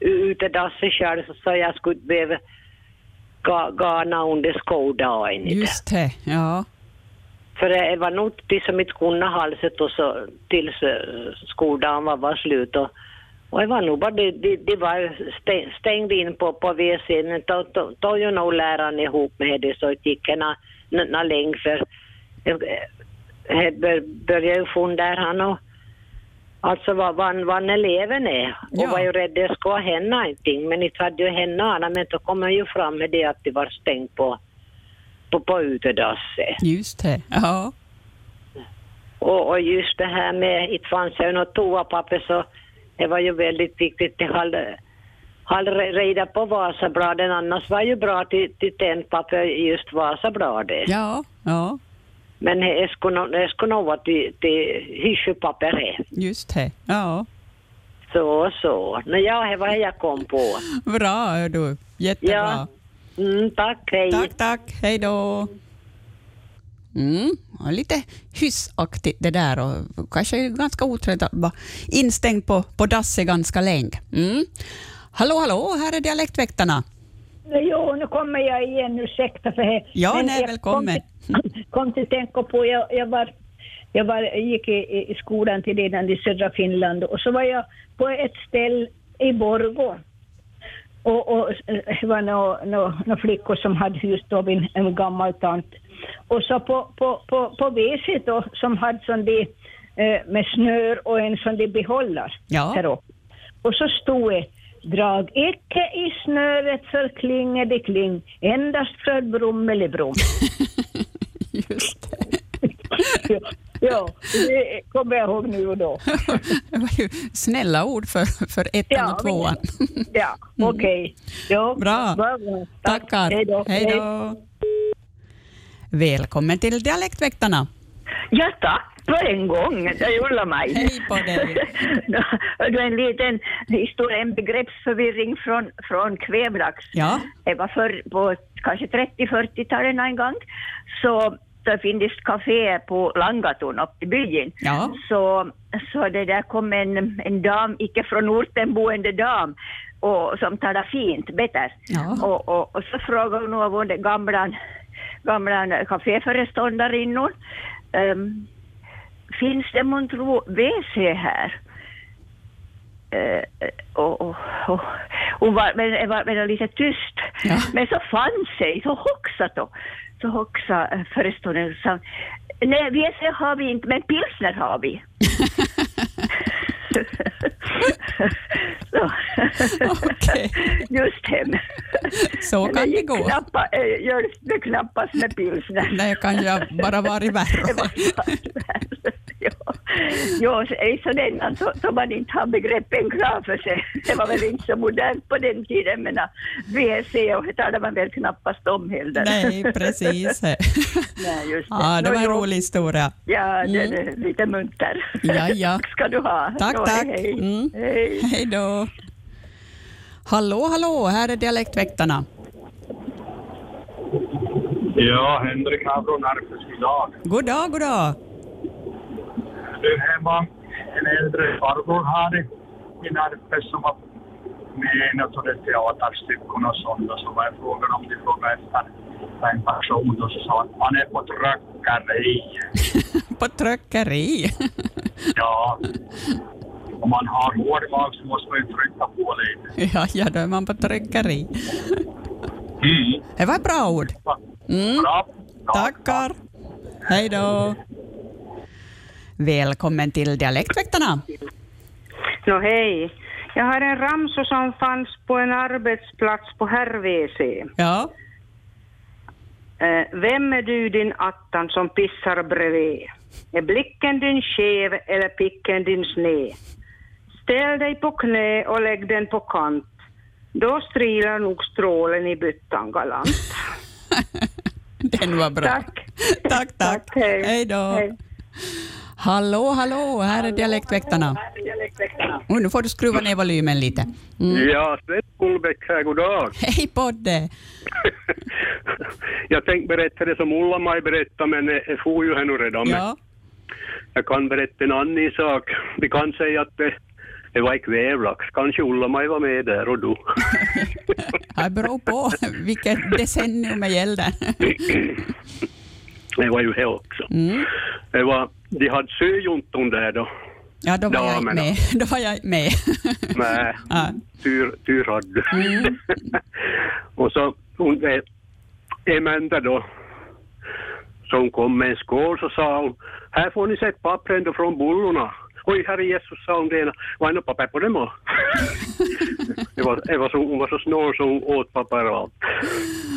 Q: u- utedasset själv så jag skulle behöva ga- gana under skoldagen.
B: Just det, ja.
Q: För det var nog de som inte kunde halset och så tills eh, skoldagen var, var slut. Och, och det var nog bara det, det, det var stä- stängd in på, på WC. Men då- då- Då ju nog läraren ihop med det så det gick en en- en längd för jag började ju fundera han och alltså vad, vad, vad eleven är och
B: Ja.
Q: var ju rädd det skulle hända någonting men inte hade ju hänt något annat. men då kom jag ju fram med det att det var stängt på på, på utedasset.
B: Just det, ja.
Q: Och, och just det här med, inte fanns det ju något toapapper så det var ju väldigt viktigt att hålla, hålla re- reda på Vasabladen annars var ju bra till, till tändpapper just Vasabladet.
B: Ja, ja.
Q: Men det skulle nog- det skulle nog vara till, till hyschepapper här.
B: Just det, ja.
Q: Så, så. Nå ja, det var det jag kom på.
B: Bra, hör du. Jättebra.
Q: Mm, tack, hej.
B: Tack, tack. Hej då. Mm, ja, lite hyssaktigt det där och kanske ganska otrevligt att vara instängd på, på dasset ganska länge. Mm. Hallå, hallå, här är Dialektväktarna.
C: Jo, nu kommer jag igen, ursäkta för det.
B: Ja,
C: Men
B: nej,
C: jag
B: välkommen.
C: Kom till, kom till tänka på, jag, jag var, jag var, gick i, i- i skolan till redan i södra Finland och så var jag på ett ställe i Borgå. Och, och eh, det var några nå, nå flickor som hade hyrt av en, en gammal tant. Och så på, på, på, på WC då, som hade sån där eh, med snör och en sån där behållare
B: Ja.
C: här uppe. Och så stod det Drag icke i snöret för klinge det kling, endast för brommel i brom. Just det. ja, det kommer jag ihåg nu och då.
B: Det var ju snälla ord för, för ettan
C: Ja,
B: och tvåan.
C: Ja, okej. Ja,
B: Mm. Bra.
C: bra, bra.
B: Tackar.
C: Hej då.
B: Hej då. Välkommen till Dialektväktarna.
M: Ja, tack på en gång. Jag gjorde mig.
B: Hej på dig.
M: Det är en liten historia, en begreppsförvirring från, från kvävlax.
B: Ja.
M: Det var för, på kanske 30-40-talet en gång. Så det finns ett café på Langatun uppe i byn.
B: Ja.
M: Så, så det där kom en, en dam, icke från orten boende dam, och, som talade fint, bättre. Och, och, och så frågade hon av den gamla, gamla kaféföreståndarinnan ehm, finns det månntro WC här? Eh,
R: oh,
M: och, och, och, hon var, men, det var, men det var lite tyst. Men så fanns det, så hoxa då. Så hoxa eh, föreståndaren och sa, nej WC har vi inte, men pilsner har vi.
R: så. Just hem.
B: Så
R: Men
B: kan det
R: gick
B: gå.
R: Knappa, eh, gör det knappast med pilsner.
B: Nej, kan jag bara vara i värre.
R: Jo, så- i sådana så, så man inte har begreppen klar för sig. Det var väl inte så modernt på den tiden, men ah, WC och det talade man väl knappast om heller.
B: Nej, precis.
R: Nej, just det.
B: Ja, det var en
R: Nåjo,
B: rolig historia.
R: Ja, det,
B: Mm.
R: det är lite munter.
B: Ja, ja.
R: ska du ha.
B: Tack,
R: Nå,
B: tack.
R: Hej.
B: Mm.
R: Hej.
B: Hej då. Hallå, hallå, här är Dialektväktarna.
S: Ja, Henrik här från Närpes idag.
B: God dag, god dag.
S: Du hemma, en äldre farbror här i- i Närpes som var med i något av de teaterstycken och sånt. Och så var jag frågan om de frågade efter en person och så sa han han är på tröckeri.
B: På tröckeri.
S: Ja, om man har hård mag så måste man ju trycka på lite.
B: Ja, ja, då är man på tryckeri.
S: Mm.
B: Det var ett bra ord. Mm. Tackar. Hej då. Välkommen till Dialektväktarna.
T: Nå hej. Jag har en ramsa som fanns på en arbetsplats på herr-WC.
B: Ja.
T: Eh, vem är du din attan som pissar bredvid? Är blicken din skev eller picken din sned? Ställ dig på knä och lägg den på kant. Då strilar nog strålen i byttan galant.
B: Den var bra.
T: Tack.
B: tack, tack. Hej då. Hallå, hallå, här är Dialektväktarna. Oj, nu får du skruva ner volymen lite. Mm.
U: Ja, Sven Kullbäck här, god dag.
B: Hej Podde!
U: Jag tänkte berätta det som Ulla-Maj berättade, men eh, jag får ju henne redan. Men
B: Ja.
U: Jag kan berätta en annan sak. Vi kan säga att det, det var i Kvävlax. Kanske Ulla-Maj var med där och du.
B: Det beror på vilket decennium det gäller.
U: Det var ju här också.
B: Mm.
U: Det var, de hade sjöjunton där då.
B: Ja, då var jag inte
U: Damerna.
B: med. Då var jag inte med.
U: Nej, tur, tur hade du. och så hon, eh, Emenda då, som kom med en skål, så sa hon, här får ni se pappren då från bullorna. Oj, herre Jesus, sa hon det ena. Var det något papper på dem? då?" det var, det var så, hon var så snål så hon åt papper och allt.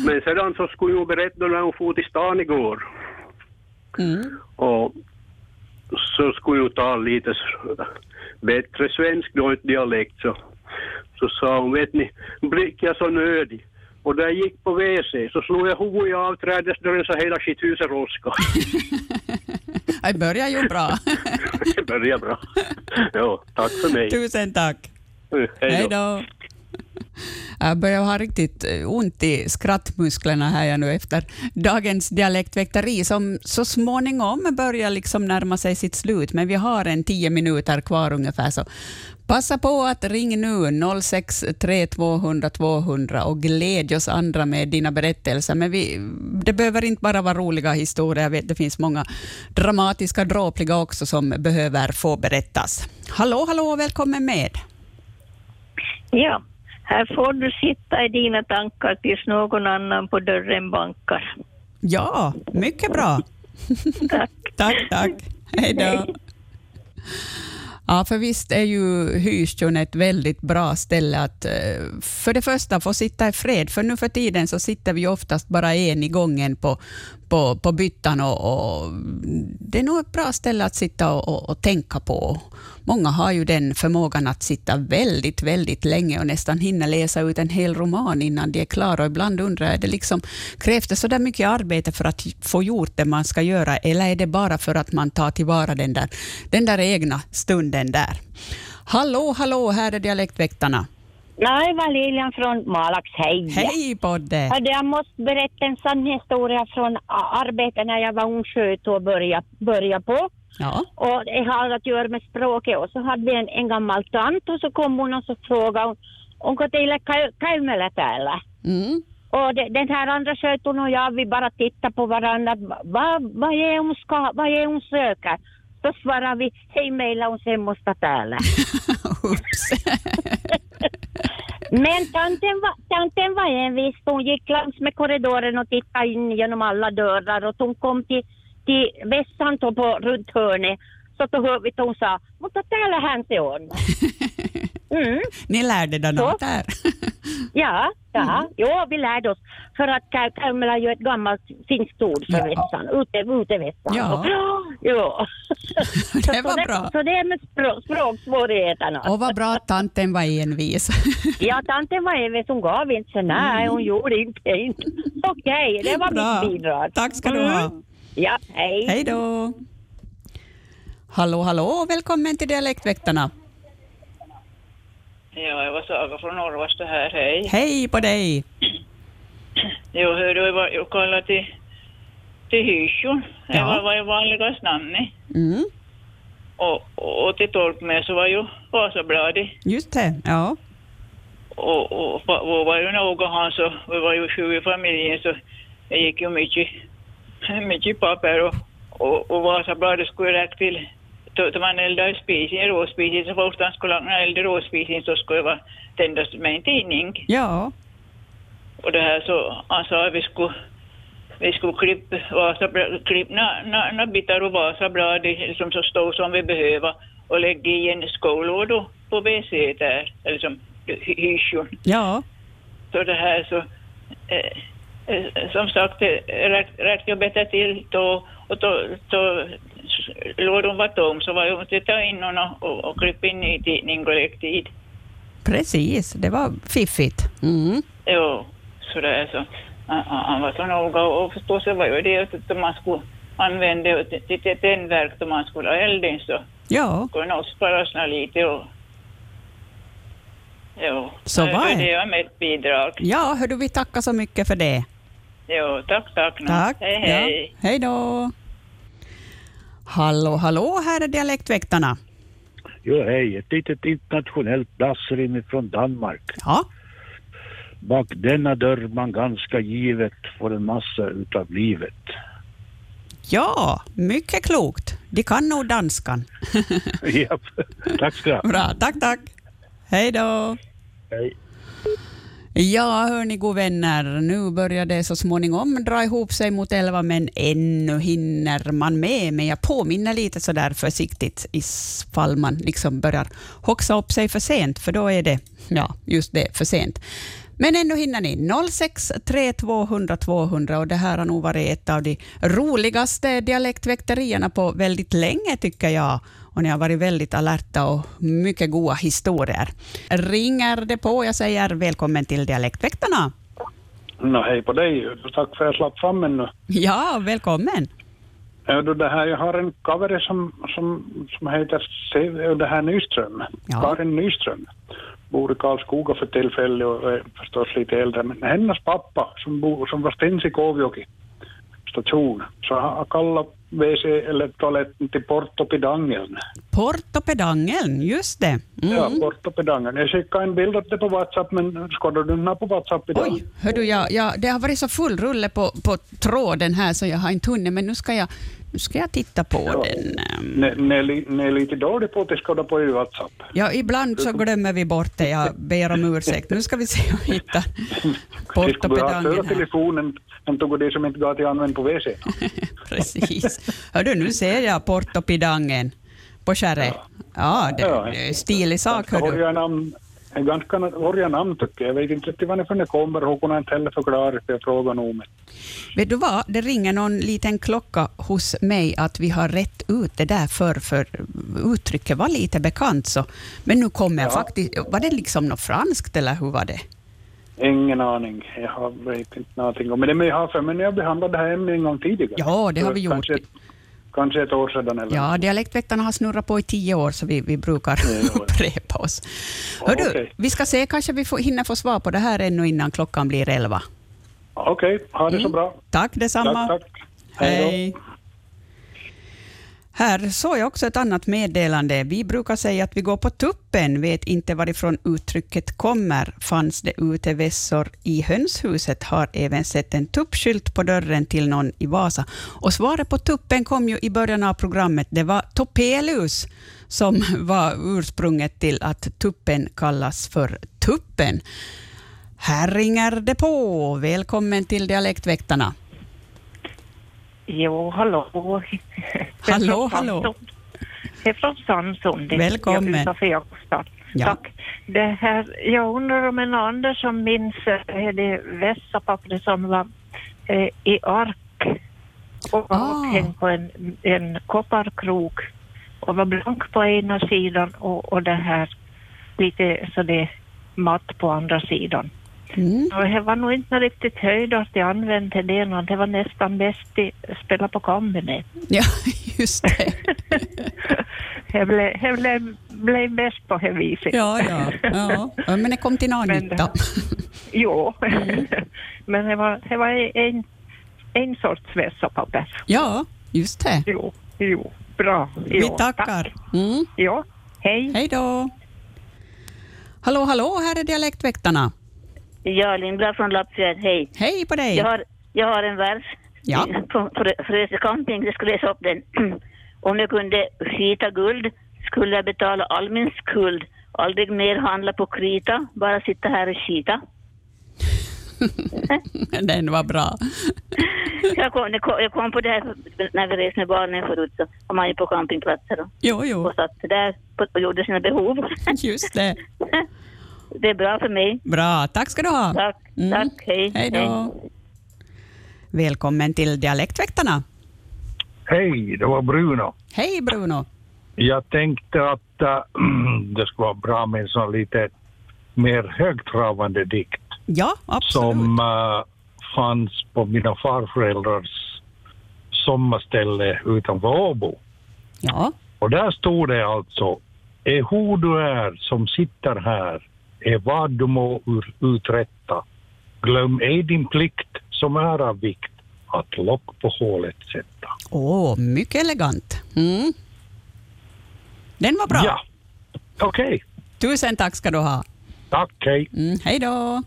U: Men sedan så skulle hon berätta när hon for till stan igår.
B: Mm.
U: Och så skulle jag ta lite s- bättre svensk då, ett dialekt så. Så sa hon, vet ni, blick jag så nödig. Och där jag gick på WC så slog jag huvudet i avträdesdörren så hela skithuset roskade.
B: Det börjar ju bra.
U: Det började bra. Ja, tack för mig.
B: Tusen tack. Hej
U: Hej då.
B: då. Jag börjar ha riktigt eh, ont i skrattmusklerna här jag nu efter dagens dialektväkteri som så småningom börjar liksom närma sig sitt slut, men vi har en tio minuter kvar ungefär. Så passa på att ring nu 063 200 200 och glädj oss andra med dina berättelser. Men vi, det behöver inte bara vara roliga historier, jag vet, det finns många dramatiska, dråpliga också som behöver få berättas. Hallå, hallå, välkommen med.
A: Ja, här får du sitta i dina tankar tills någon annan på dörren bankar.
B: Ja, mycket bra. tack. tack, tack. Hej då. Ja, för visst är ju Hyrstjön ett väldigt bra ställe att eh, för det första få sitta i fred, för nu för tiden så sitter vi oftast bara en i gången på, på, på byttan och, och det är nog ett bra ställe att sitta och, och, och tänka på. Många har ju den förmågan att sitta väldigt, väldigt länge och nästan hinna läsa ut en hel roman innan de är klara. Och ibland undrar jag, är det liksom, krävs det så där mycket arbete för att få gjort det man ska göra, eller är det bara för att man tar tillvara den där, den där egna stunden där? Hallå, hallå, här är Dialektväktarna.
V: Nej, det var Lilian från Malax. Hej!
B: Hej, Podde!
V: Hörde, jag måste berätta en sann historia från a- arbetet när jag var ung sköt och började, började på.
B: Ja.
V: Och det har att göra med språket. Och så hade vi en, en gammal tant och så kom hon och så frågade hon, onko teillä käy- käymälä täällä?
B: Mm.
V: Och de, den här andra skötun och jag, vi bara tittar på varandra. Va- Vad vad är hon ska, vad är hon söker? Så svarar vi, hej meillä on semmoista täällä. Men tanten var, tanten var envis. Hon gick längs med korridoren och tittade in genom alla dörrar och hon kom till, till vässan då på, runt hörnet. Så då hörde vi att hon sa, mutta täällä hän se on. Mm.
B: Ni lärde er något där.
V: Ja, ja. Jo, vi lärde oss. För att ka- Kaumela är ju ett gammalt finskt ord för vässan. Ute, utevässan.
B: Ja.
V: ja.
B: det var bra.
V: Så det är med språk, språksvårigheterna.
B: Och vad bra att tanten var envis.
V: Ja, tanten var envis. Hon gav inte så nej, hon gjorde inte. inte. Okej, det var
B: Mm. Bra.
V: mitt bidrag. Mm.
B: Tack ska du ha.
V: Ja, hej.
B: Hej då. Hallå, hallå. Välkommen till Dialektväktarna.
W: Ja, jag var Saga från Norrvasta här, hej.
B: Hej på dig.
W: Jo, hör du, jag var- jag kallade till, till Hysjon. Det var, var ju vanligast namnet.
B: Mm.
W: Och, och, och till Torpmö så var ju Vasabladet.
B: Just det. Ja.
W: Och, och, och vi var ju några han så, vi var ju sju i familjen så det gick ju mycket, mycket papper och, och, och Vasabladet skulle räcka till då då man eldade i spisen, råspisen, så fort han skulle elda i råspisen så skulle det vara- tändas med en tidning.
B: Ja.
W: Och det här så, han sa att vi skulle, vi skulle klippa Vasa, klipp, na, na, na bitar och Vasablad i- som så stor som vi behöver och lägga i en skållåda på WC där, liksom, eller som hy- hyschon.
B: Ja.
W: Så det här så, eh, eh, som sagt, det räck- räckte jag bättre till då och då, då lådan var tom så var jag måste ta in någon och- och, och klippa in ny tidning och lägga dit.
B: Precis, det var fiffigt. Mm.
W: Jo, så det är så. Han, han han var så noga och förstås det var ju det att om man skulle använda till- till till tändverk då man skulle ha elden så
M: Oh.
B: Ja,
W: skulle nog sparas nå lite och... Jo,
B: Så
W: det
B: var
W: var
B: det.
W: det var mitt bidrag.
B: ja hördu, vi tackar så mycket för det.
W: Jo, tack, tack. nu.
B: Tack.
W: Hej, hej.
B: Ja. Hej då. Hallå, hallå, här är Dialektväktarna.
X: Jo, hej. Ett litet internationellt dassrim från Danmark.
B: Ja.
X: Bak denna dörr man ganska givet får en massa utav livet.
B: Ja, mycket klokt. De kan nog danskan.
X: Japp. Tack ska du ha.
B: Bra, tack, tack. Hej då.
X: Hej.
B: Ja, hörni, god vänner, nu börjar det så småningom dra ihop sig mot elva, men ännu hinner man med. Men jag påminner lite sådär försiktigt ifall man liksom börjar hoxa upp sig för sent, för då är det, ja, just det, för sent. Men ändå hinner ni. 06 200 200 och det här har nog varit ett av de roligaste dialektväkterierna på väldigt länge tycker jag. Och ni har varit väldigt alerta och mycket goda historier. Ringer det på, jag säger välkommen till Dialektväktarna.
Y: Nå, hej No på dig. Tack för att jag slapp fram ännu.
B: Ja, välkommen.
Y: Äh, du, Det här, jag har en cover som, som, som heter Se- det här Nyström. Karin Nyström. Bor i Karlskoga för tillfället och är förstås lite äldre. Men hennes pappa som, bor, som var stins i Kåvjoki station så han kallade WC eller toaletten till Portopidangeln.
B: Portopedangeln, just det. Mm.
Y: Ja, Portopidangeln. Jag skickade en bild åt dig på WhatsApp men skådar du den här på WhatsApp idag? Oj.
B: Hör du, jag, jag, det har varit så full rulle på, på tråden här så jag har inte hunnit, men nu ska jag, nu ska jag titta på den.
Y: Ni är lite dålig på att skåda på i WhatsApp.
B: Ja, ibland så glömmer vi bort det. Jag ber om ursäkt. Nu ska vi se om vi hittar
Y: Portopedangen.
B: portopedangen. här.
Y: telefonen, de tog det som inte går till användning på WC.
B: Precis. Hördu, nu ser jag portopedangen på kärret. Ja, det, det är stilig sak.
Y: Ganska
B: Hördu.
Y: horriga namn, en ganska horriga namn tycker jag. Jag vet inte riktigt varifrån det kommer och hon kunde inte heller förklara för jag frågade nog. Men
B: Vet du vad, det ringer någon liten klocka hos mig att vi har rätt ut det där förr, för uttrycket var lite bekant. Så. Men nu kommer jag
Y: Ja.
B: faktiskt... Var det liksom något franskt eller hur var det?
Y: ingen aning. Jag har, vet inte någonting om det. Men jag har för mig när jag behandlade det här ämnet en gång tidigare.
B: Ja, det har vi gjort.
Y: Kanske ett, kanske ett år sedan eller
B: Ja, dialektväktarna har snurrat på i tio år, så vi, vi brukar upprepa oss. Hör du,
Y: Okej.
B: vi ska se, kanske vi får, hinner få svar på det här ännu innan klockan blir elva.
Y: Okej, ha det så bra.
B: Mm. Tack detsamma.
Y: Tack, tack. Hej då.
B: Hej. Här såg jag också ett annat meddelande. Vi brukar säga att vi går på tuppen, vet inte varifrån uttrycket kommer. Fanns det utevässor i hönshuset, har även sett en tuppskylt på dörren till någon i Vasa. Och svaret på tuppen kom ju i början av programmet. Det var topelus som var ursprunget till att tuppen kallas för tuppen. Här ringer det på. Välkommen till Dialektväktarna.
M: Jo, hallå.
B: Hallå, hallå.
M: Det är från Sandsund.
B: Välkommen.
M: Jag är utanför Jakobstad. Tack. Det här, jag undrar om en annan som minns eh, det vässapappret som var eh, i ark och var
B: Ah.
M: upphängd på en, en kopparkrok och var blank på ena sidan och, och det här lite så det matt på andra sidan. Och det var nog inte riktigt höjdart jag använde det, någon. det var nästan bäst att spela på kombinat.
B: Ja, just det.
M: Jag blev, jag blev, blev bäst på det viset.
B: Ja, ja, ja. Ja, Men det kom till någon
M: Men det-
B: nytta.
M: Jo, men det var, det var en, en sorts vässapapper.
B: Ja, just det.
M: Jo, jo. Bra.
B: Vi
M: Jo,
B: tackar. Mm.
M: Ja, hej.
B: Hej då. Hallå, hallå, här är Dialektväktarna.
G: Ja, Lindblad från Lappfjärd, hej.
B: Hej på dig.
G: Jag har, jag har en vers
B: Ja.
G: på frö- Frösekamping, jag skulle läsa upp den. Om jag kunde skita guld skulle jag betala all min skuld. Aldrig mer handla på krita, bara sitta här och skita.
B: Den var bra.
G: Jag kom, det kom- jag kom på det här när vi reste med barnen förut, så var man ju på campingplatser och,
B: Jo, jo,
G: och satt där på- och gjorde sina behov.
B: just det.
G: Det är bra för mig.
B: Bra, tack ska du ha. Mm.
G: Tack, tack, hej.
B: Hej då. Välkommen till Dialektväktarna.
X: Hej, det var Bruno.
B: Hej Bruno.
X: Jag tänkte att äh, det skulle vara bra med en sån lite mer högtravande dikt.
B: Ja, absolut.
X: Som äh, fanns på mina farföräldrars sommarställe utanför Åbo.
B: Ja.
X: Och där stod det alltså, är hur du är som sitter här, är vad du må ur- uträtta. Glöm ej din plikt som är av vikt, att lock på hålet sätta.
B: Åh, mycket elegant. Mm. Den var bra.
X: Ja, okej.
B: Tusen tack ska du ha.
X: Tack, hej.
B: Mm, hej då.